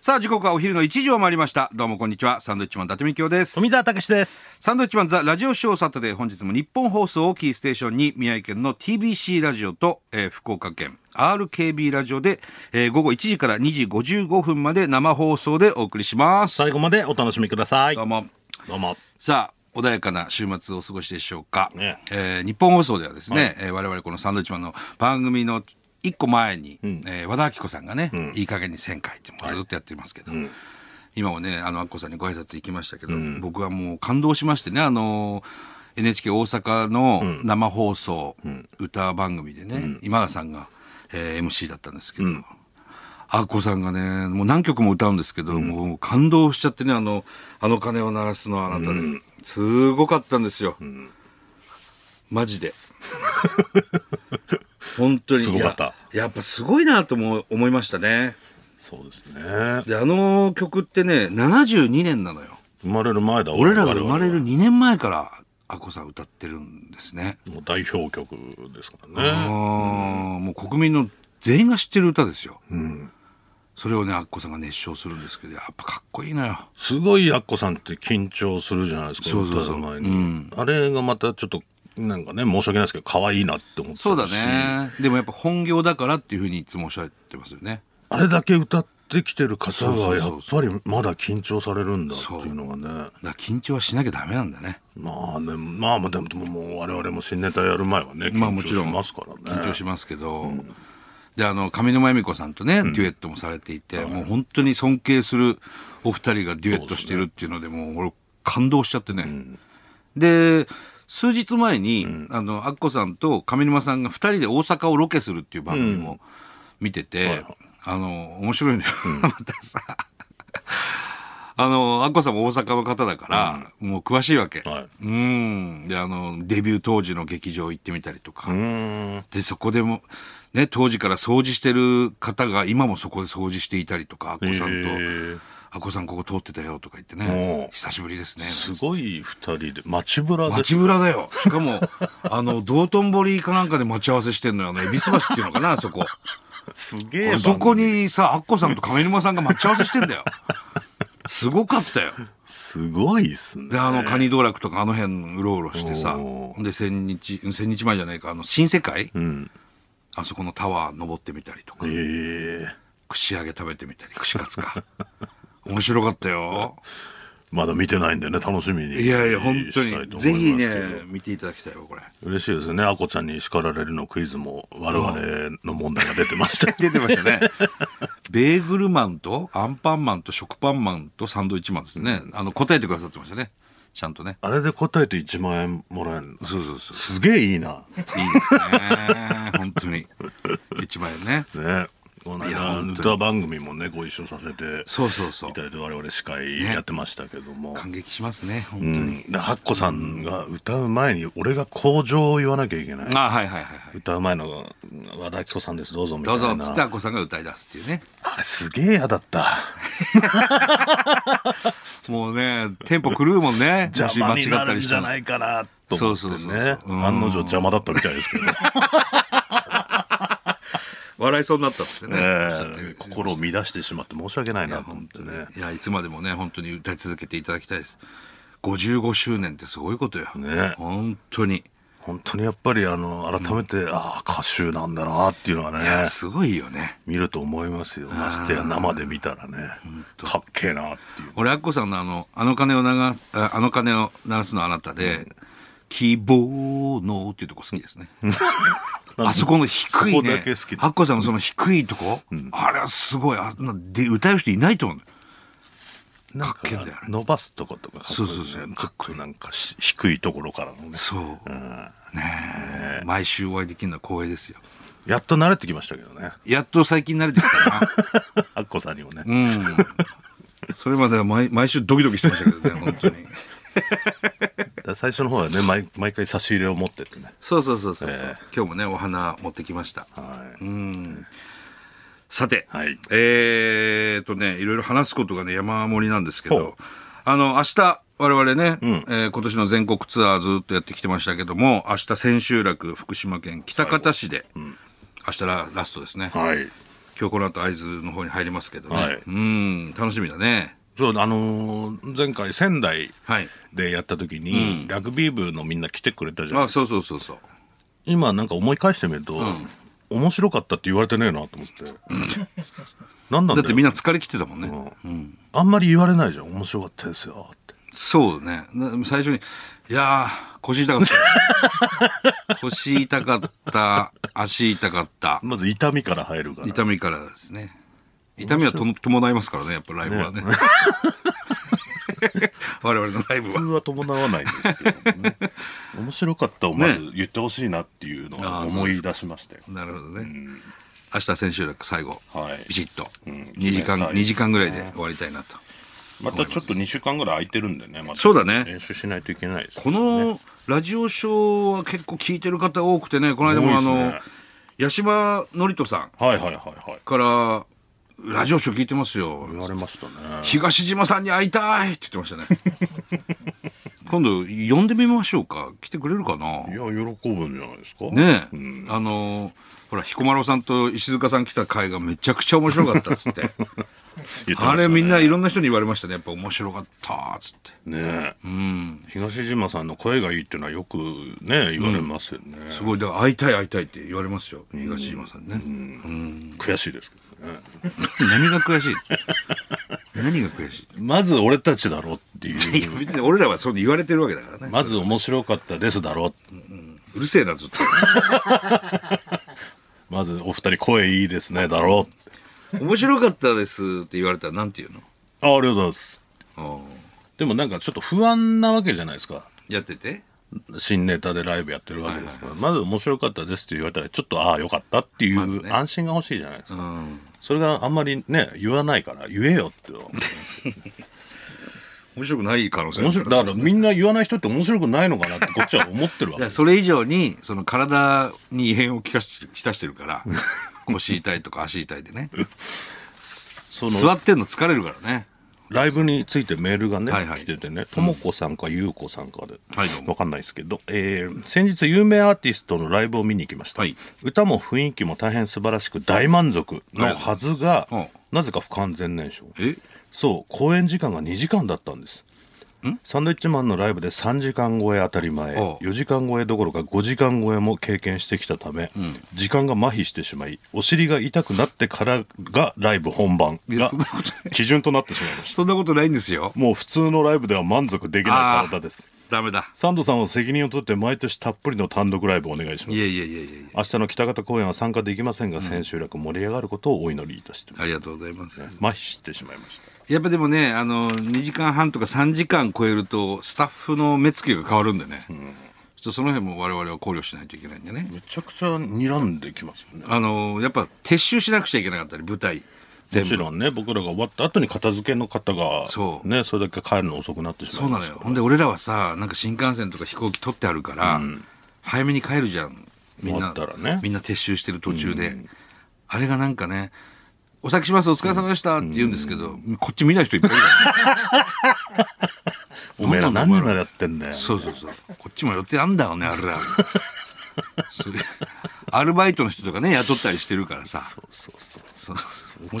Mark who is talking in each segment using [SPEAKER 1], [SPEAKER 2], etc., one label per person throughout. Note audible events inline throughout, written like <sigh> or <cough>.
[SPEAKER 1] さあ時刻はお昼の1時を回りましたどうもこんにちはサンドイッチマン伊達美京です
[SPEAKER 2] 富澤たけしです
[SPEAKER 1] サンドイッチマンザラジオショーサタデー本日も日本放送をキーステーションに宮城県の TBC ラジオと、えー福岡県 RKB ラジオで、えー午後1時から2時55分まで生放送でお送りします
[SPEAKER 2] 最後までお楽しみください
[SPEAKER 1] ど
[SPEAKER 2] ど
[SPEAKER 1] うも
[SPEAKER 2] うも
[SPEAKER 1] さあ穏やかな週末をお過ごしでしょうか、
[SPEAKER 2] ね
[SPEAKER 1] えー日本放送ではですね、えー我々このサンドウィッチマンの番組の一個前に、えー和田アキ子さんがね、いい加減に1000回ってもうずっとやってますけど、今もねあのアッコさんにご挨拶行きましたけど、僕はもう感動しましてねあの NHK 大阪の生放送、歌番組でね、今田さんが、えー MC だったんですけど、アッコさんがねもう何曲も歌うんですけど、もう感動しちゃってねあの「あの鐘を鳴らすのはあなたで」すごかったんですよ、マジで <laughs> 本当に
[SPEAKER 2] すごかった
[SPEAKER 1] いややっぱすごいなとも思いましたね
[SPEAKER 2] そうですね
[SPEAKER 1] であの曲ってね72年なのよ
[SPEAKER 2] 生まれる前だ
[SPEAKER 1] 俺らが生まれ
[SPEAKER 2] 我
[SPEAKER 1] る2年前からアッコさん歌ってるんですね、
[SPEAKER 2] 々もう代表曲ですから
[SPEAKER 1] あ
[SPEAKER 2] ね
[SPEAKER 1] ーもう国民の全員が知ってる歌ですよ、それをねアッコさんが熱唱するんですけどやっぱかっこいいのよ
[SPEAKER 2] すごいやっこさんって緊張するじゃないですか
[SPEAKER 1] そうそうそう
[SPEAKER 2] 歌前にあれがまたちょっとなんかね申し訳ないですけど可愛いなって思って
[SPEAKER 1] そうだねでもやっぱ本業だからっていうふうにいつもおっしゃってますよね
[SPEAKER 2] あれだけ歌ってきてる方
[SPEAKER 1] そう
[SPEAKER 2] がや
[SPEAKER 1] そ
[SPEAKER 2] っぱりまだ緊張されるんだっていうのがね
[SPEAKER 1] だから緊張はしなきゃダメなんだね
[SPEAKER 2] まあねまあまあでもでももう我々も新ネタやる前はね
[SPEAKER 1] まあ
[SPEAKER 2] 緊
[SPEAKER 1] も
[SPEAKER 2] 張
[SPEAKER 1] ちろ
[SPEAKER 2] し
[SPEAKER 1] ん
[SPEAKER 2] ますからね、
[SPEAKER 1] 緊張しますけど、であの上沼恵美子さんとね、デュエットもされていて、もう本当に尊敬するお二人がデュエットしてるっていうのでもう俺感動しちゃってね、で数日前に、あのアッコさんと上沼さんが二人で大阪をロケするっていう番組も見てて、
[SPEAKER 2] はいはい
[SPEAKER 1] あの面白いのよ、 <laughs> またさあのアッコさんも大阪の方だから、もう詳しいわけ、
[SPEAKER 2] はい
[SPEAKER 1] うんであのデビュー当時の劇場行ってみたりとか、
[SPEAKER 2] うーん
[SPEAKER 1] でそこでも、ね、当時から掃除してる方が今もそこで掃除していたりとかアッコさんと
[SPEAKER 2] へ
[SPEAKER 1] 「
[SPEAKER 2] ー
[SPEAKER 1] アッコさんここ通ってたよ」とか言って
[SPEAKER 2] お
[SPEAKER 1] ね「
[SPEAKER 2] う
[SPEAKER 1] 久しぶりですね」
[SPEAKER 2] すごい二人で街ぶらです
[SPEAKER 1] 街ぶらだよしかもあの道頓堀かなんかで待ち合わせしてんのよあの恵比寿橋っていうのかなあそこ
[SPEAKER 2] すげえ
[SPEAKER 1] そこ
[SPEAKER 2] 番組
[SPEAKER 1] にさアッコさんと上沼さんが待ち合わせしてんだよすごかったよ
[SPEAKER 2] すごいっすね
[SPEAKER 1] であのカニ道楽とかあの辺うろうろしてさ
[SPEAKER 2] お
[SPEAKER 1] で千日千日前じゃないかあの新世界、
[SPEAKER 2] うん
[SPEAKER 1] あそこのタワー登ってみたりとか
[SPEAKER 2] ええ
[SPEAKER 1] 串揚げ食べてみたり串カツか面白かったよ
[SPEAKER 2] まだ見てないんでね楽しみに
[SPEAKER 1] いやいや本当
[SPEAKER 2] したい
[SPEAKER 1] に
[SPEAKER 2] と
[SPEAKER 1] ぜ
[SPEAKER 2] 思います
[SPEAKER 1] ひ
[SPEAKER 2] け
[SPEAKER 1] ね
[SPEAKER 2] ど
[SPEAKER 1] 見ていただきたいわこれ
[SPEAKER 2] 嬉しいですねあこちゃんに叱られるのクイズも我々の問題が出て
[SPEAKER 1] <laughs>
[SPEAKER 2] ました
[SPEAKER 1] 出てましたねベーグルマンとアンパンマンと食パンマンとサンドイッチマンですね、あの答えてくださってましたねちゃんとね
[SPEAKER 2] あれで答えて1万円もらえるの
[SPEAKER 1] そうそうそ
[SPEAKER 2] すげえいいな
[SPEAKER 1] ういいですね本当に一枚ね
[SPEAKER 2] ねこの
[SPEAKER 1] いや
[SPEAKER 2] 間
[SPEAKER 1] 本当に
[SPEAKER 2] 歌番組もねご一緒させて
[SPEAKER 1] そうそうそう
[SPEAKER 2] いただいて我々司会やってましたけども、
[SPEAKER 1] 感激しますね本当
[SPEAKER 2] う
[SPEAKER 1] に、
[SPEAKER 2] ん、でハッコさんが歌う前に俺が口上を言わなきゃいけない、
[SPEAKER 1] あはいはいはいはい
[SPEAKER 2] 歌う前のが和田アキ子さんですどうぞみた
[SPEAKER 1] ど
[SPEAKER 2] いうな
[SPEAKER 1] ぞつってあこさんが歌い出すっていうね
[SPEAKER 2] あれすげえ嫌だった
[SPEAKER 1] もうねテンポ狂うもんね
[SPEAKER 2] 邪魔になるんじゃ
[SPEAKER 1] ら
[SPEAKER 2] ないかなと思って
[SPEAKER 1] そうそうそう
[SPEAKER 2] ね
[SPEAKER 1] そううん
[SPEAKER 2] 案の定邪魔だったみたいです
[SPEAKER 1] <laughs>
[SPEAKER 2] けど、ね
[SPEAKER 1] 笑いそうになったっつってね。ちょっと
[SPEAKER 2] え、心を乱してしまって申し訳ない
[SPEAKER 1] い
[SPEAKER 2] な
[SPEAKER 1] や
[SPEAKER 2] と思っ
[SPEAKER 1] 本
[SPEAKER 2] て
[SPEAKER 1] 当に
[SPEAKER 2] ね
[SPEAKER 1] いやいつまでもね本当に歌い続けていただきたいです。55周年ってすごいことよ。
[SPEAKER 2] ね
[SPEAKER 1] 本当に。
[SPEAKER 2] 本当にやっぱりあの改めて、ああ歌手なんだなっていうのはい
[SPEAKER 1] や
[SPEAKER 2] ね
[SPEAKER 1] すごいよね。
[SPEAKER 2] 見ると思いますよましてや生で見たらねかっけえなっていう
[SPEAKER 1] 俺アッコさんのあのあの鐘を流すああの鐘を鳴らすのあなたで。希望のっていうとこ好きですね。あそこの低い
[SPEAKER 2] そこだ
[SPEAKER 1] ね。
[SPEAKER 2] け好き
[SPEAKER 1] アッコさんのその低いとこ、あれはすごい。あんなで歌える人いないと思う。
[SPEAKER 2] なん
[SPEAKER 1] かっけえんだよ
[SPEAKER 2] か伸ばすとことかかっこいいね
[SPEAKER 1] そうそうそう
[SPEAKER 2] ちょっとなんかし低いところからのね
[SPEAKER 1] そう。ねえ毎週お会いできるのは光栄ですよ。
[SPEAKER 2] やっと慣れてきましたけどね
[SPEAKER 1] やっと最近慣れてきたな。
[SPEAKER 2] アッコさんにもね、
[SPEAKER 1] うん。それまでは毎毎週ドキドキしてましたけどね、本当に。
[SPEAKER 2] だから最初の方はね毎毎回差し入れを持ってってね
[SPEAKER 1] そうそうそうそうそう、
[SPEAKER 2] え
[SPEAKER 1] 今日もね、お花持ってきました。
[SPEAKER 2] はい、
[SPEAKER 1] うん。さて、
[SPEAKER 2] はい
[SPEAKER 1] えーっとね、いろいろ話すことがね、山盛りなんですけど
[SPEAKER 2] ほ、
[SPEAKER 1] あの、明日、我々ね、
[SPEAKER 2] ん
[SPEAKER 1] えー今年の全国ツアーずっとやってきてましたけども、明日千秋楽、福島県喜多方市で、明日ララストですね。
[SPEAKER 2] はい
[SPEAKER 1] 今日この後会津の方に入りますけどね、
[SPEAKER 2] はい
[SPEAKER 1] うん楽しみだね
[SPEAKER 2] そうあのー前回仙台
[SPEAKER 1] はい
[SPEAKER 2] でやった時に、ラグビー部のみんな来てくれたじゃん
[SPEAKER 1] あそうそうそうそう
[SPEAKER 2] 今なんか思い返してみると、面白かったって言われてねえなと思って、なん、何なんだ
[SPEAKER 1] だ
[SPEAKER 2] よ
[SPEAKER 1] ってみんな疲れ切ってたもんね、
[SPEAKER 2] あんまり言われないじゃん面白かったですよって
[SPEAKER 1] そうねな最初に「いやー腰痛か
[SPEAKER 2] <laughs>
[SPEAKER 1] った腰痛かった足痛かった
[SPEAKER 2] まず痛みから入るから
[SPEAKER 1] 痛みからですね痛みはと伴いますからねやっぱライブはね <laughs> 我々のライブ
[SPEAKER 2] 普
[SPEAKER 1] は
[SPEAKER 2] 通は伴わないんですけどね面白かったをまず言ってほしいなっていうのを
[SPEAKER 1] あー
[SPEAKER 2] 思い出しましたよ、
[SPEAKER 1] なるほどね、明日千秋楽最後、
[SPEAKER 2] はい
[SPEAKER 1] ビシッと
[SPEAKER 2] ん
[SPEAKER 1] 2時間、
[SPEAKER 2] はい
[SPEAKER 1] 2時間ぐらいで終わりたいなと、
[SPEAKER 2] またちょっと2週間ぐらい空いてるんでねまた
[SPEAKER 1] そうだね
[SPEAKER 2] 練習しないといけないです
[SPEAKER 1] このラジオショーは結構聞いてる方多くてねこの間もあ
[SPEAKER 2] 多い
[SPEAKER 1] の、
[SPEAKER 2] ですね
[SPEAKER 1] 八島紀人さん
[SPEAKER 2] はいはいはいはい
[SPEAKER 1] から「ラジオショー聞いてますよ
[SPEAKER 2] 言われましたね
[SPEAKER 1] 東島さんに会いたい!」って言ってましたね <laughs> 今度呼んでみましょうか来てくれるかない
[SPEAKER 2] や喜ぶんじゃないですか
[SPEAKER 1] ねえ、
[SPEAKER 2] うん
[SPEAKER 1] あのーほら彦摩呂さんと石塚さん来た回がめちゃくちゃ面白かったっ <laughs> つって
[SPEAKER 2] 言ってましたね
[SPEAKER 1] あれみんないろんな人に言われましたねやっぱ面白かったっつって
[SPEAKER 2] ねえ
[SPEAKER 1] うん
[SPEAKER 2] 東島さんの声がいいっていうのはよくね言われますよね、
[SPEAKER 1] すごいだから会いたい会いたいって言われますよ東島さんね、
[SPEAKER 2] 悔しいですけどね
[SPEAKER 1] 何が悔し <laughs> い何が悔しい
[SPEAKER 2] まず俺たちだろっ
[SPEAKER 1] <laughs>
[SPEAKER 2] て
[SPEAKER 1] い
[SPEAKER 2] い
[SPEAKER 1] や
[SPEAKER 2] う
[SPEAKER 1] 別に俺らはそう言われてるわけだからね
[SPEAKER 2] まず面白かったですだろ
[SPEAKER 1] うるせえなずっと
[SPEAKER 2] まずお二人声いいですねだろ
[SPEAKER 1] 面白かったですって言われたらなんて言う
[SPEAKER 2] あありがとうございます
[SPEAKER 1] のうん
[SPEAKER 2] でもなんかちょっと不安なわけじゃないですか
[SPEAKER 1] やってて
[SPEAKER 2] 新ネタでライブやってるわけですから、まず面白かったですって言われたらちょっとああよかったってい
[SPEAKER 1] まず
[SPEAKER 2] う
[SPEAKER 1] ね
[SPEAKER 2] 安心が欲しいじゃないですか、
[SPEAKER 1] うん
[SPEAKER 2] それがあんまりね言わないから言えよって思う
[SPEAKER 1] <laughs> 面白くない可能性あ
[SPEAKER 2] 面
[SPEAKER 1] る
[SPEAKER 2] 白いだからみんな言わない人って面白くないのかなってこっちは思ってるわ
[SPEAKER 1] <laughs> い
[SPEAKER 2] け
[SPEAKER 1] やそれ以上にその体に異変をきたしきたしてるから <laughs> 腰痛いとか足痛いでね
[SPEAKER 2] その
[SPEAKER 1] 座ってんの疲れるからね
[SPEAKER 2] ライブについてメールがね、
[SPEAKER 1] はいはい
[SPEAKER 2] 来ててねともこさんかゆうこさんかで、
[SPEAKER 1] はいどうも
[SPEAKER 2] わかんないですけど、えー先日有名アーティストのライブを見に行きました、
[SPEAKER 1] はい
[SPEAKER 2] 歌も雰囲気も大変素晴らしく大満足のはずが、
[SPEAKER 1] はい
[SPEAKER 2] なぜか不完全燃焼
[SPEAKER 1] え
[SPEAKER 2] そう公演時間が2時間だったんですサンドウィッチマンのライブで3時間超え当たり前
[SPEAKER 1] おう
[SPEAKER 2] 4時間超えどころか5時間超えも経験してきたため、時間が麻痺してしまいお尻が痛くなってからがライブ本番
[SPEAKER 1] いや
[SPEAKER 2] が
[SPEAKER 1] そんなこと <laughs> な
[SPEAKER 2] 基準となってしまいました
[SPEAKER 1] そんなことないんですよ
[SPEAKER 2] もう普通のライブでは満足できない体です
[SPEAKER 1] ダメだ
[SPEAKER 2] サンドさんは責任を取って毎年たっぷりの単独ライブをお願いしま
[SPEAKER 1] い
[SPEAKER 2] す
[SPEAKER 1] やいやいやいやいや
[SPEAKER 2] 明日の北方公演は参加できませんが千秋楽盛り上がることをお祈りいたしてます
[SPEAKER 1] ありがとうございます
[SPEAKER 2] 麻痺してしまいました
[SPEAKER 1] やっぱでもねあの2時間半とか3時間超えるとスタッフの目つきが変わるんでね、ちょっとその辺も我々は考慮しないといけないんでね
[SPEAKER 2] めちゃくちゃ睨んできますよね
[SPEAKER 1] あのやっぱ撤収しなくちゃいけなかったり舞台全
[SPEAKER 2] も
[SPEAKER 1] 部
[SPEAKER 2] ちろんね僕らが終わった後に片付けの方が
[SPEAKER 1] そう
[SPEAKER 2] ね、それだけ帰るの遅くなってしま
[SPEAKER 1] そう
[SPEAKER 2] い
[SPEAKER 1] な
[SPEAKER 2] ま
[SPEAKER 1] の
[SPEAKER 2] すか
[SPEAKER 1] よほんで俺らはさなんか新幹線とか飛行機取ってあるから、早めに帰るじゃんみんな
[SPEAKER 2] 終わったらね
[SPEAKER 1] みんな撤収してる途中で、あれがなんかね「お先しますお疲れ様でした」って言うんですけど、こっち見ない人いっぱいいるからね
[SPEAKER 2] おめえら
[SPEAKER 1] なん
[SPEAKER 2] 何
[SPEAKER 1] なの
[SPEAKER 2] 人までやってんだよ
[SPEAKER 1] そうそうそうこっちも寄ってあんだよねあれらそれアルバイトの人とかね雇ったりしてるからさ
[SPEAKER 2] そうそう
[SPEAKER 1] そう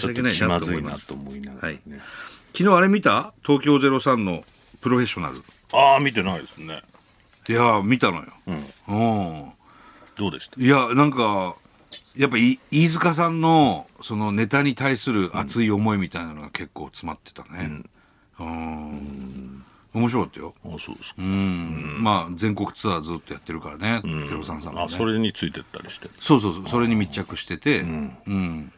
[SPEAKER 1] 申し訳ない
[SPEAKER 2] ちょっ
[SPEAKER 1] な
[SPEAKER 2] と
[SPEAKER 1] と思
[SPEAKER 2] 気まずい
[SPEAKER 1] い
[SPEAKER 2] な
[SPEAKER 1] ます
[SPEAKER 2] と思いながら、
[SPEAKER 1] はい
[SPEAKER 2] ね、
[SPEAKER 1] 昨日あれ見た東京03のプロフェッショナル
[SPEAKER 2] ああ見てないですね
[SPEAKER 1] いやー見たのよ
[SPEAKER 2] う
[SPEAKER 1] う
[SPEAKER 2] ん
[SPEAKER 1] ん
[SPEAKER 2] どうでした
[SPEAKER 1] いやなんかやっぱい飯塚さんのそのネタに対する熱い思いみたいなのが結構詰まってたねうん面白かったよ
[SPEAKER 2] あそうですか
[SPEAKER 1] うん、まあ全国ツアーずっとやってるからねテロさんさんも
[SPEAKER 2] あ
[SPEAKER 1] ね
[SPEAKER 2] それについてったりして
[SPEAKER 1] そうそうそうそれに密着しててうん、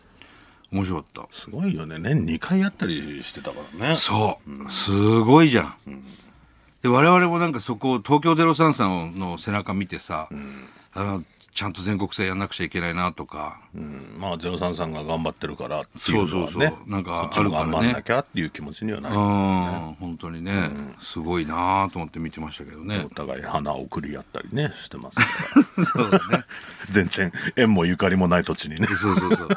[SPEAKER 1] 面白かっ
[SPEAKER 2] すごいよね年2回やったりしてたからね
[SPEAKER 1] たそうすごいじゃん、で我々もなんかそこ東京03さんの背中見てさ、あのちゃんと全国制やんなくちゃいけないなとか
[SPEAKER 2] うん、まあゼロ三さんが頑張ってるからっていうのは、ね、
[SPEAKER 1] そうそうそうなんか
[SPEAKER 2] こっちも
[SPEAKER 1] あるからね
[SPEAKER 2] 頑張んなきゃっていう気持ちにはな
[SPEAKER 1] う
[SPEAKER 2] い、
[SPEAKER 1] ん、本当にね、すごいなと思って見てましたけどね
[SPEAKER 2] お。互い花を送り合ったりねしてますから
[SPEAKER 1] そうだね。
[SPEAKER 2] 全然縁もゆかりもない土地にね
[SPEAKER 1] <laughs> そうそうそう。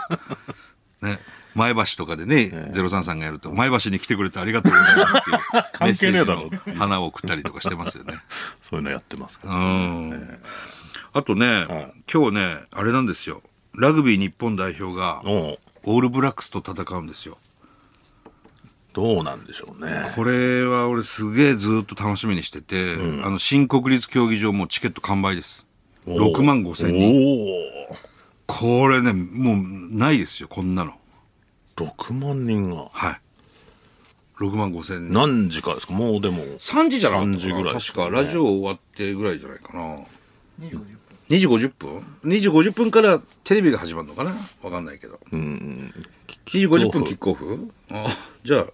[SPEAKER 1] ね、前橋とかでね、ゼロ三さんがやると、前橋に来てくれてありがとうございますっていう
[SPEAKER 2] <laughs> 関係ねえだ
[SPEAKER 1] メ
[SPEAKER 2] ろ
[SPEAKER 1] ッセージの花を送ったりとかしてますよね。
[SPEAKER 2] <laughs> そういうのやってますから
[SPEAKER 1] うん。あとね、今日ね、あれなんですよ。ラグビー日本代表が
[SPEAKER 2] おう
[SPEAKER 1] オールブラックスと戦うんですよ
[SPEAKER 2] どうなんでしょうね <laughs>
[SPEAKER 1] これは俺すげえずっと楽しみにしてて、あの新国立競技場もうチケット完売です6万5千人
[SPEAKER 2] お
[SPEAKER 1] これねもうないですよこんなの
[SPEAKER 2] お6万人が
[SPEAKER 1] はい6万5千人
[SPEAKER 2] 何時からですかもうでも
[SPEAKER 1] 3時じゃなかったか
[SPEAKER 2] 3時ぐら
[SPEAKER 1] ない
[SPEAKER 2] です
[SPEAKER 1] 確
[SPEAKER 2] かね
[SPEAKER 1] かラジオ終わってぐらいじゃないかな2時50分2時50分からテレビが始まるのかなわかんないけど
[SPEAKER 2] うん
[SPEAKER 1] 2時50分キックオフあじゃあ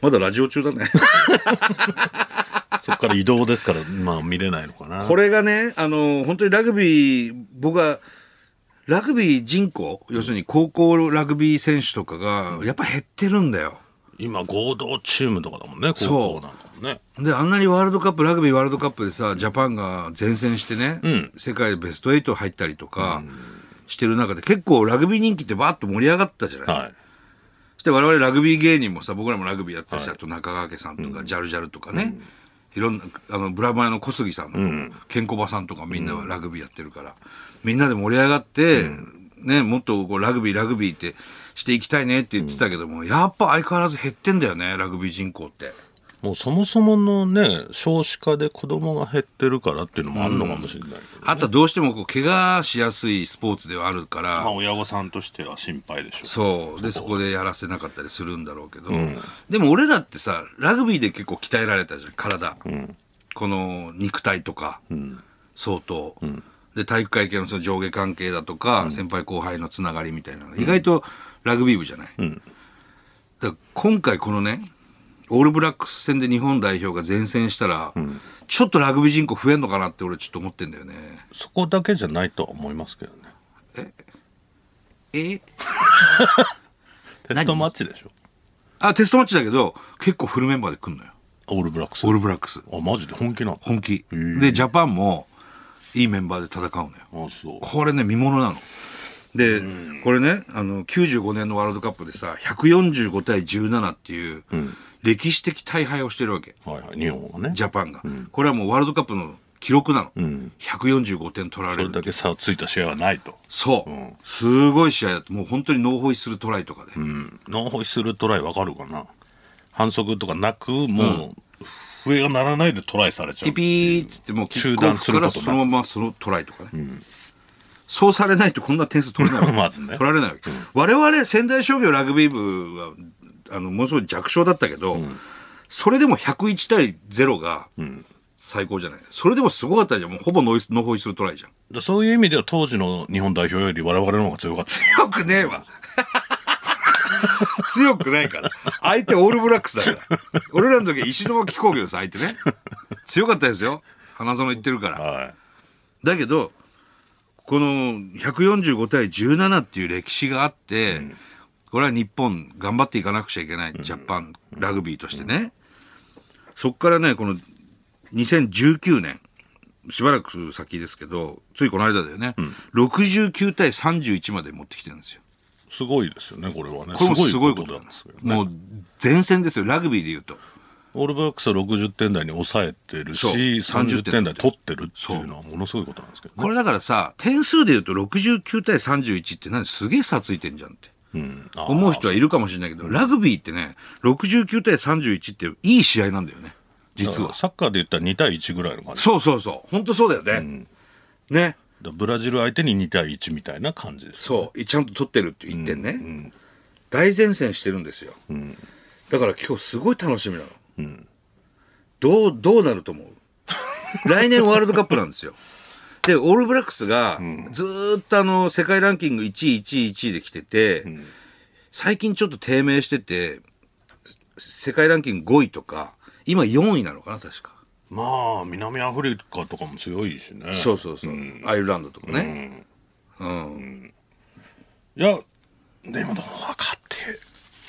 [SPEAKER 1] まだラジオ中だね <laughs>
[SPEAKER 2] そこから移動ですから <laughs> まあ見れないのかな
[SPEAKER 1] これがねあの本当にラグビー僕はラグビー人口要するに高校ラグビー選手とかがやっぱ減ってるんだよ
[SPEAKER 2] 今合同チームとかだもんね
[SPEAKER 1] そう
[SPEAKER 2] 高校なんかもね
[SPEAKER 1] であんなにワールドカップラグビーワールドカップでさジャパンが前線してね、
[SPEAKER 2] ん
[SPEAKER 1] 世界ベスト8入ったりとかしてる中で結構ラグビー人気ってバーッと盛り上がったじゃない、
[SPEAKER 2] はい
[SPEAKER 1] そして我々ラグビー芸人もさ僕らもラグビーやってた人、あと中川家さんとか、ジャルジャルとかね、いろんなあのブラマヨの小杉さんの、ケンコバさんとかみんなはラグビーやってるから、みんなで盛り上がって、ね、もっとこうラグビーラグビーってしていきたいねって言ってたけども、やっぱ相変わらず減ってんだよねラグビー人口って。
[SPEAKER 2] もうそもそものね少子化で子供が減ってるからっていうのもあるのかもしれないけど、
[SPEAKER 1] あとはどうしてもこう怪我しやすいスポーツではあるから、
[SPEAKER 2] まあ親御さんとしては心配でしょ
[SPEAKER 1] そうでそこでやらせなかったりするんだろうけど、でも俺らってさラグビーで結構鍛えられたじゃん体、この肉体とか、相当、で体育会系のその上下関係だとか、先輩後輩のつながりみたいなの意外とラグビー部じゃない、だから今回このねオールブラックス戦で日本代表が前線したら、ちょっとラグビー人口増えんのかなって俺ちょっと思ってんだよね
[SPEAKER 2] そこだけじゃないとは思いますけどね
[SPEAKER 1] え
[SPEAKER 2] テストマッチでしょ
[SPEAKER 1] あテストマッチだけど結構フルメンバーで来んのよ
[SPEAKER 2] オールブラックス
[SPEAKER 1] オールブラックス
[SPEAKER 2] あマジで本気なの
[SPEAKER 1] 本気
[SPEAKER 2] へー
[SPEAKER 1] でジャパンもいいメンバーで戦うのよ
[SPEAKER 2] あそう
[SPEAKER 1] これね見ものなのでこれねあの95年のワールドカップでさ145対17っていう歴史的大敗をしてるわけ
[SPEAKER 2] はいはい日本はね
[SPEAKER 1] ジャパンが、これはもうワールドカップの記録なの、
[SPEAKER 2] ん
[SPEAKER 1] 145点取ら
[SPEAKER 2] そ
[SPEAKER 1] れ
[SPEAKER 2] れ
[SPEAKER 1] る
[SPEAKER 2] だけ差をついた試合はないと、
[SPEAKER 1] そう、
[SPEAKER 2] ん
[SPEAKER 1] すごい試合だったもう本当にノーホイッスルトライとかで、
[SPEAKER 2] うん、ノーホイッスルトライわかるかな反則とかなくもう笛が鳴らないでトライされちゃ
[SPEAKER 1] ピ
[SPEAKER 2] う
[SPEAKER 1] ピーっつってもうキッ
[SPEAKER 2] 中
[SPEAKER 1] クオ
[SPEAKER 2] 断
[SPEAKER 1] フ
[SPEAKER 2] す
[SPEAKER 1] か
[SPEAKER 2] る
[SPEAKER 1] ら
[SPEAKER 2] こと
[SPEAKER 1] そ
[SPEAKER 2] なく
[SPEAKER 1] のままそのトライとかね、そうされないとこんな点数取れないわけ
[SPEAKER 2] <laughs> まずね
[SPEAKER 1] 取られないわけ、我々仙台商業ラグビー部はあのものすごい弱小だったけど、それでも101対0が最高じゃない、それでもすごかったじゃんもうほぼノイスノーホイッスルトライじゃん
[SPEAKER 2] でそういう意味では当時の日本代表より我々の方が強かった
[SPEAKER 1] 強くねえわ <laughs> 強くないから相手オールブラックスだから俺らの時は石巻工業です相手ね強かったですよ花園行ってるから
[SPEAKER 2] は
[SPEAKER 1] だけどこの145対17っていう歴史があって、これは日本頑張っていかなくちゃいけない、ジャパンラグビーとしてね、そっからねこの2019年しばらく先ですけどついこの間だよね、69対31まで持ってきてるんですよ
[SPEAKER 2] い、すごいですよねこれはね
[SPEAKER 1] これもすごいこと
[SPEAKER 2] な
[SPEAKER 1] なんん
[SPEAKER 2] で
[SPEAKER 1] ですす
[SPEAKER 2] けどね
[SPEAKER 1] もう前線ですよラグビーでいうと
[SPEAKER 2] オールブラックスは60点台に抑えてるし
[SPEAKER 1] そう
[SPEAKER 2] 30
[SPEAKER 1] 30
[SPEAKER 2] 点台取ってるっていうのはものすごいことなんですけどね
[SPEAKER 1] これだからさ点数でいうと69対31って何すげえ差ついてんじゃんって
[SPEAKER 2] うんあー
[SPEAKER 1] 思う人はいるかもしれないけど、ラグビーってね、69対31っていい試合なんだよね、実
[SPEAKER 2] だから
[SPEAKER 1] は。
[SPEAKER 2] サッカーで言ったら2対1ぐらいの感じ
[SPEAKER 1] そうそうそう、本当そうだよね。ね、
[SPEAKER 2] だからブラジル相手に2対1みたいな感じです
[SPEAKER 1] そう、ちゃんと取ってるっていう1点ね、大前線してるんですよ。だから今日すごい楽しみなの。どう、どうなると思う来年ワールドカップなん <laughs> ですよ。で、オールブラックスが、ずーっとあの、世界ランキング1位、1位、1位で来てて、最近ちょっと低迷してて、世界ランキング5位とか、今4位なのかな、確か。
[SPEAKER 2] まあ南アフリカとかも強いしね
[SPEAKER 1] そうそうそう。アイルランドとかね。
[SPEAKER 2] いやでもどうかって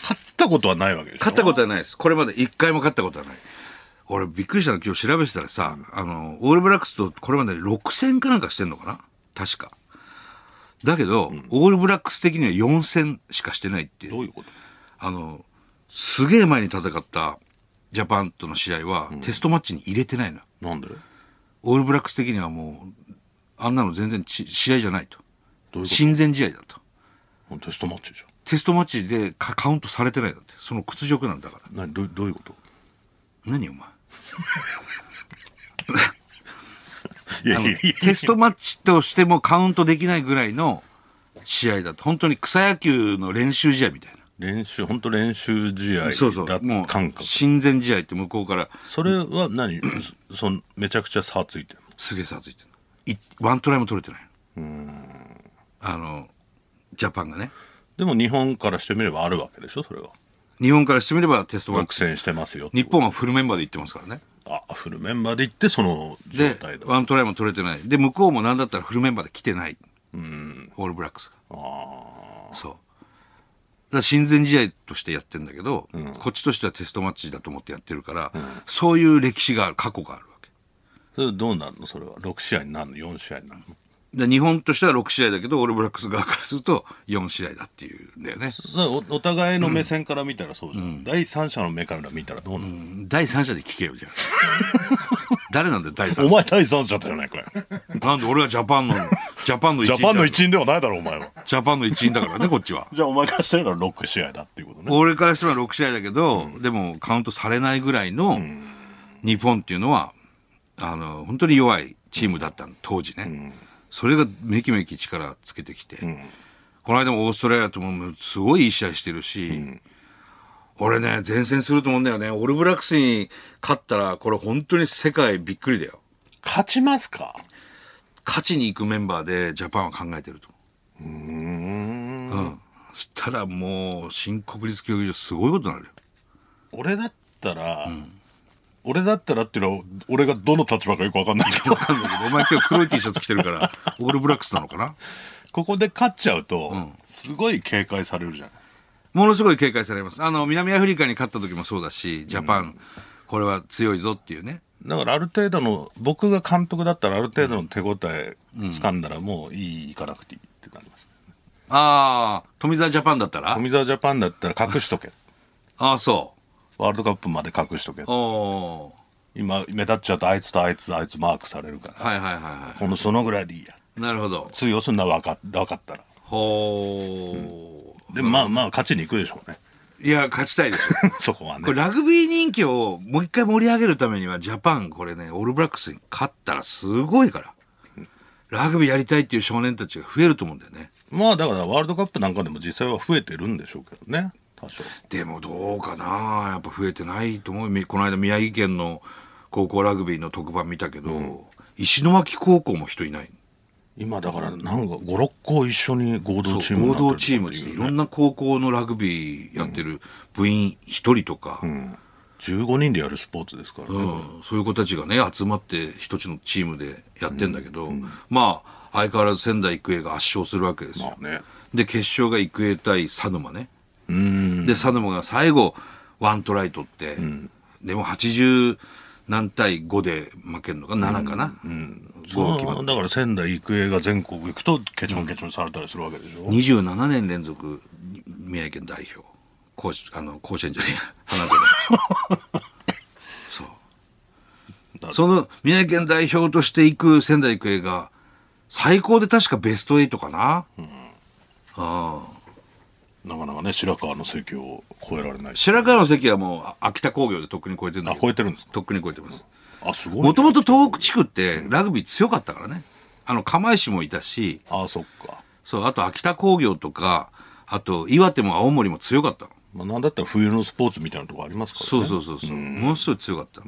[SPEAKER 2] 勝ったことはないわけでしょ
[SPEAKER 1] 勝ったことはないです。これまで一回も勝ったことはない。俺びっくりしたの今日調べてたらさ、あの、オールブラックスとこれまで6戦かなんかしてんのかな確か。だけど、オールブラックス的には4戦しかしてないっていう
[SPEAKER 2] どういうこと
[SPEAKER 1] あの、すげえ前に戦ったジャパンとの試合は、テストマッチに入れてないのよ。
[SPEAKER 2] なんでど
[SPEAKER 1] オールブラックス的にはもう、あんなの全然ち試合じゃないと。
[SPEAKER 2] ういうこ
[SPEAKER 1] 親善試合だと。
[SPEAKER 2] とテストマッチでしょ
[SPEAKER 1] テストマッチでかカウントされてないだってその屈辱なんだから
[SPEAKER 2] などどういうこと
[SPEAKER 1] 何お前
[SPEAKER 2] いや
[SPEAKER 1] あ
[SPEAKER 2] い
[SPEAKER 1] の
[SPEAKER 2] やいや
[SPEAKER 1] テストマッチとしてもカウントできないぐらいの試合だと本当に草野球の練習試合みたいな
[SPEAKER 2] 練習本当練習試合だ
[SPEAKER 1] そうそう
[SPEAKER 2] った
[SPEAKER 1] も
[SPEAKER 2] 感覚
[SPEAKER 1] う親善試合って向こうから
[SPEAKER 2] それは何そそのめちゃくちゃ差ついてる
[SPEAKER 1] すげえさついてるいワントライも取れてないあのジャパンがね
[SPEAKER 2] のでも日本からしてみればあるわけでしょそれは
[SPEAKER 1] 日本からしてみればテストマッ
[SPEAKER 2] 苦
[SPEAKER 1] チ
[SPEAKER 2] 戦してますよって
[SPEAKER 1] 日本はフルメンバーで行ってますからね
[SPEAKER 2] あフルメンバーで行ってその状
[SPEAKER 1] で
[SPEAKER 2] 態だ
[SPEAKER 1] ワントライも取れてないで向こうも何だったらフルメンバーで来てない
[SPEAKER 2] うん
[SPEAKER 1] オールブラックスが
[SPEAKER 2] あ
[SPEAKER 1] そうだから親善試合としてやってるんだけど、こっちとしてはテストマッチだと思ってやってるから、そういう歴史がある過去があるわけ
[SPEAKER 2] あそれどうなるのそれは6試合になるの4試合になるの
[SPEAKER 1] で日本としては6試合だけどオールブラックス側からすると4試合だっていうんだよね、
[SPEAKER 2] それおお互いの目線から見たらそうじゃん、第三者の目から見たらどうなるの、
[SPEAKER 1] 第三者で聞けよじ
[SPEAKER 2] <laughs>
[SPEAKER 1] ゃあ誰なんだよ第三
[SPEAKER 2] お前第三者だよねこれ
[SPEAKER 1] 者なんで俺はジャパンのジャパンの一
[SPEAKER 2] <laughs>
[SPEAKER 1] 員
[SPEAKER 2] ジャパンの
[SPEAKER 1] だ
[SPEAKER 2] 一員ではないだろお前は
[SPEAKER 1] ジャパンの一員だからねこっちは
[SPEAKER 2] じゃあお前からしてるから6試合だっていうことね
[SPEAKER 1] 俺からしては6試合だけど、でもカウントされないぐらいの日本っていうのはあの本当に弱いチームだったの当時ね、それがめきめき力つけてきて、この間もオーストラリアともすごいいい試合してるし、俺ね前線すると思うんだよねオールブラックスに勝ったらこれ本当に世界びっくりだよ
[SPEAKER 2] 勝ちますか
[SPEAKER 1] 勝ちに行くメンバーでジャパンは考えてると
[SPEAKER 2] うん
[SPEAKER 1] 思う、うん、そしたらもう新国立競技場すごいことになるよ
[SPEAKER 2] 俺だったら、俺だったらっていうのは俺がどの立場かよく分かんないけ <laughs> ど
[SPEAKER 1] わかんないけどお前今日黒い T シャツ着てるから、オールブラックスなのかな
[SPEAKER 2] ここで勝っちゃうと、すごい警戒されるじゃん
[SPEAKER 1] ものすごい警戒されます。あの、南アフリカに勝った時もそうだし、ジャパン、これは強いぞっていうね。
[SPEAKER 2] だからある程度の僕が監督だったらある程度の手応え掴んだらもういい行かなくていいってなります、
[SPEAKER 1] ああ、富澤ジャパンだったら
[SPEAKER 2] 富澤ジャパンだったら隠しとけ
[SPEAKER 1] ああ、そ
[SPEAKER 2] ワールドカップまで隠しとけ
[SPEAKER 1] う。お
[SPEAKER 2] 今目立っちゃうとあいつとあいつあいつマークされるから
[SPEAKER 1] ーはいはいはいは
[SPEAKER 2] このそのぐらいでいいや
[SPEAKER 1] い。なるほど。
[SPEAKER 2] 通用するのは分か分かったら
[SPEAKER 1] ほー
[SPEAKER 2] でもまあまあ勝ちに行くでしょうね <laughs>
[SPEAKER 1] いや、勝ちたいです。
[SPEAKER 2] そこはね
[SPEAKER 1] これラグビー人気をもう一回盛り上げるためにはジャパンこれねオールブラックスに勝ったらすごいからラグビーやりたいっていう少年たちが増えると思うんだよね
[SPEAKER 2] まあだからワールドカップなんかでも実際は増えてるんでしょうけどね多少
[SPEAKER 1] でもどうかなやっぱ増えてないと思うみこの間宮城県の高校ラグビーの特番見たけど、石巻高校も人いない
[SPEAKER 2] 今だからなんか56校一緒に合同チーム
[SPEAKER 1] 合
[SPEAKER 2] になってる
[SPEAKER 1] 同チームしていろんな高校のラグビーやってる部員一人とか、うん
[SPEAKER 2] 15人でやるスポーツですからね、
[SPEAKER 1] そういう子たちがね集まって一つのチームでやってんだけど、まあ相変わらず仙台育英が圧勝するわけですよ、
[SPEAKER 2] まあね
[SPEAKER 1] で決勝が育英対佐沼ね、
[SPEAKER 2] うん
[SPEAKER 1] で佐沼が最後ワントライ取って、でも80何対5で負けるのか7かな、
[SPEAKER 2] そのだから仙台育英が全国行くとケチョンケチョンされたりするわけでしょ、
[SPEAKER 1] 27年連続に宮城県代表甲子あの甲子園じゃねえや花
[SPEAKER 2] <laughs>
[SPEAKER 1] 園そうその宮城県代表として行く仙台育英が最高で確かベスト8かな、
[SPEAKER 2] なかなかね白川の席を超えられないし
[SPEAKER 1] 白川の関はもうあ秋田工業でとっくに超えてるんだ
[SPEAKER 2] あ
[SPEAKER 1] けど
[SPEAKER 2] 超えてるんですか
[SPEAKER 1] とっくに超えてます
[SPEAKER 2] あすごい
[SPEAKER 1] もともと東北地区ってラグビー強かったからねあの釜石もいたし
[SPEAKER 2] あそっか、
[SPEAKER 1] そうあと秋田工業とかあと岩手も青森も強かったの
[SPEAKER 2] まあ、なんだったら冬のスポーツみたいなとこありますからね
[SPEAKER 1] そうそうそうそう、ものすごい強かった、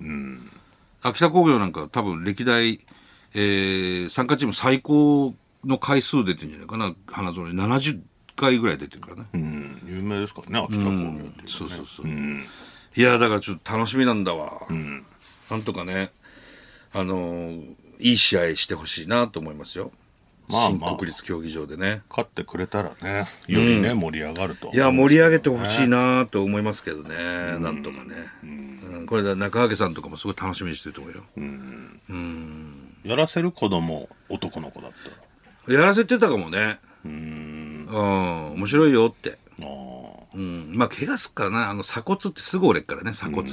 [SPEAKER 1] 秋田工業なんか多分歴代、えー参加チーム最高の回数出てるんじゃないかな花園に70回ぐらい出てるからね、
[SPEAKER 2] うん有名ですからね秋田工業っていう、
[SPEAKER 1] そうそうそう、いやだからちょっと楽しみなんだわ、なんとかねあのーいい試合してほしいなと思いますよ、
[SPEAKER 2] まあまあ
[SPEAKER 1] 新国立競技場でね
[SPEAKER 2] 勝ってくれたらねよりね、盛り上がると
[SPEAKER 1] いや盛り上げてほしいなと思いますけどね、なんとかね、うんこれで中揚さんとかもすごい楽しみにしてると思うよ、
[SPEAKER 2] やらせる子供男の子だったら
[SPEAKER 1] やらせてたかもねうん面白いよって
[SPEAKER 2] あー
[SPEAKER 1] うんまあ怪我すっからなあの鎖骨ってすぐ折れっからね鎖骨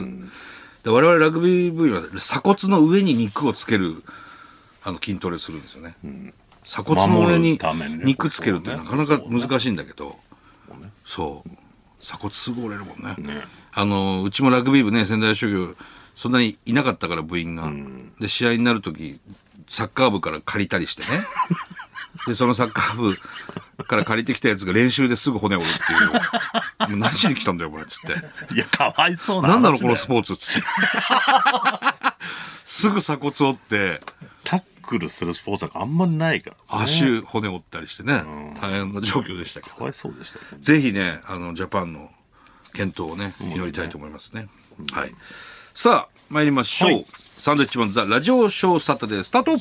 [SPEAKER 1] で我々ラグビー部員は鎖骨の上に肉をつけるあの筋トレをするんですよね、鎖骨の上
[SPEAKER 2] 守る
[SPEAKER 1] に
[SPEAKER 2] ためにね
[SPEAKER 1] 肉つけるってなかなか難しいんだけど、
[SPEAKER 2] もんね
[SPEAKER 1] そう鎖骨すぐ折れるもんね
[SPEAKER 2] ね
[SPEAKER 1] あのうちもラグビー部ね仙台商業そんなにいなかったから部員が、で試合になる時サッカー部から借りたりしてね <laughs> でそのサッカー部から借りてきたやつが練習ですぐ骨折るっていうもう何しに来たんだよこれっつって
[SPEAKER 2] いやかわいそうな
[SPEAKER 1] 何な
[SPEAKER 2] 話だ
[SPEAKER 1] の
[SPEAKER 2] よ
[SPEAKER 1] このスポーツっつって <laughs> すぐ鎖骨折って
[SPEAKER 2] タックルするスポーツなんかあんまないから
[SPEAKER 1] 足骨折ったりしてね、大変な状況でしたけど
[SPEAKER 2] かわいそうでしたよね
[SPEAKER 1] ぜひね、あの、ジャパンの健闘をね、祈りたいと思いますね。はい。さあ、参りましょう。
[SPEAKER 2] はい
[SPEAKER 1] サンドウィッチマンザラジオショーサタデースタート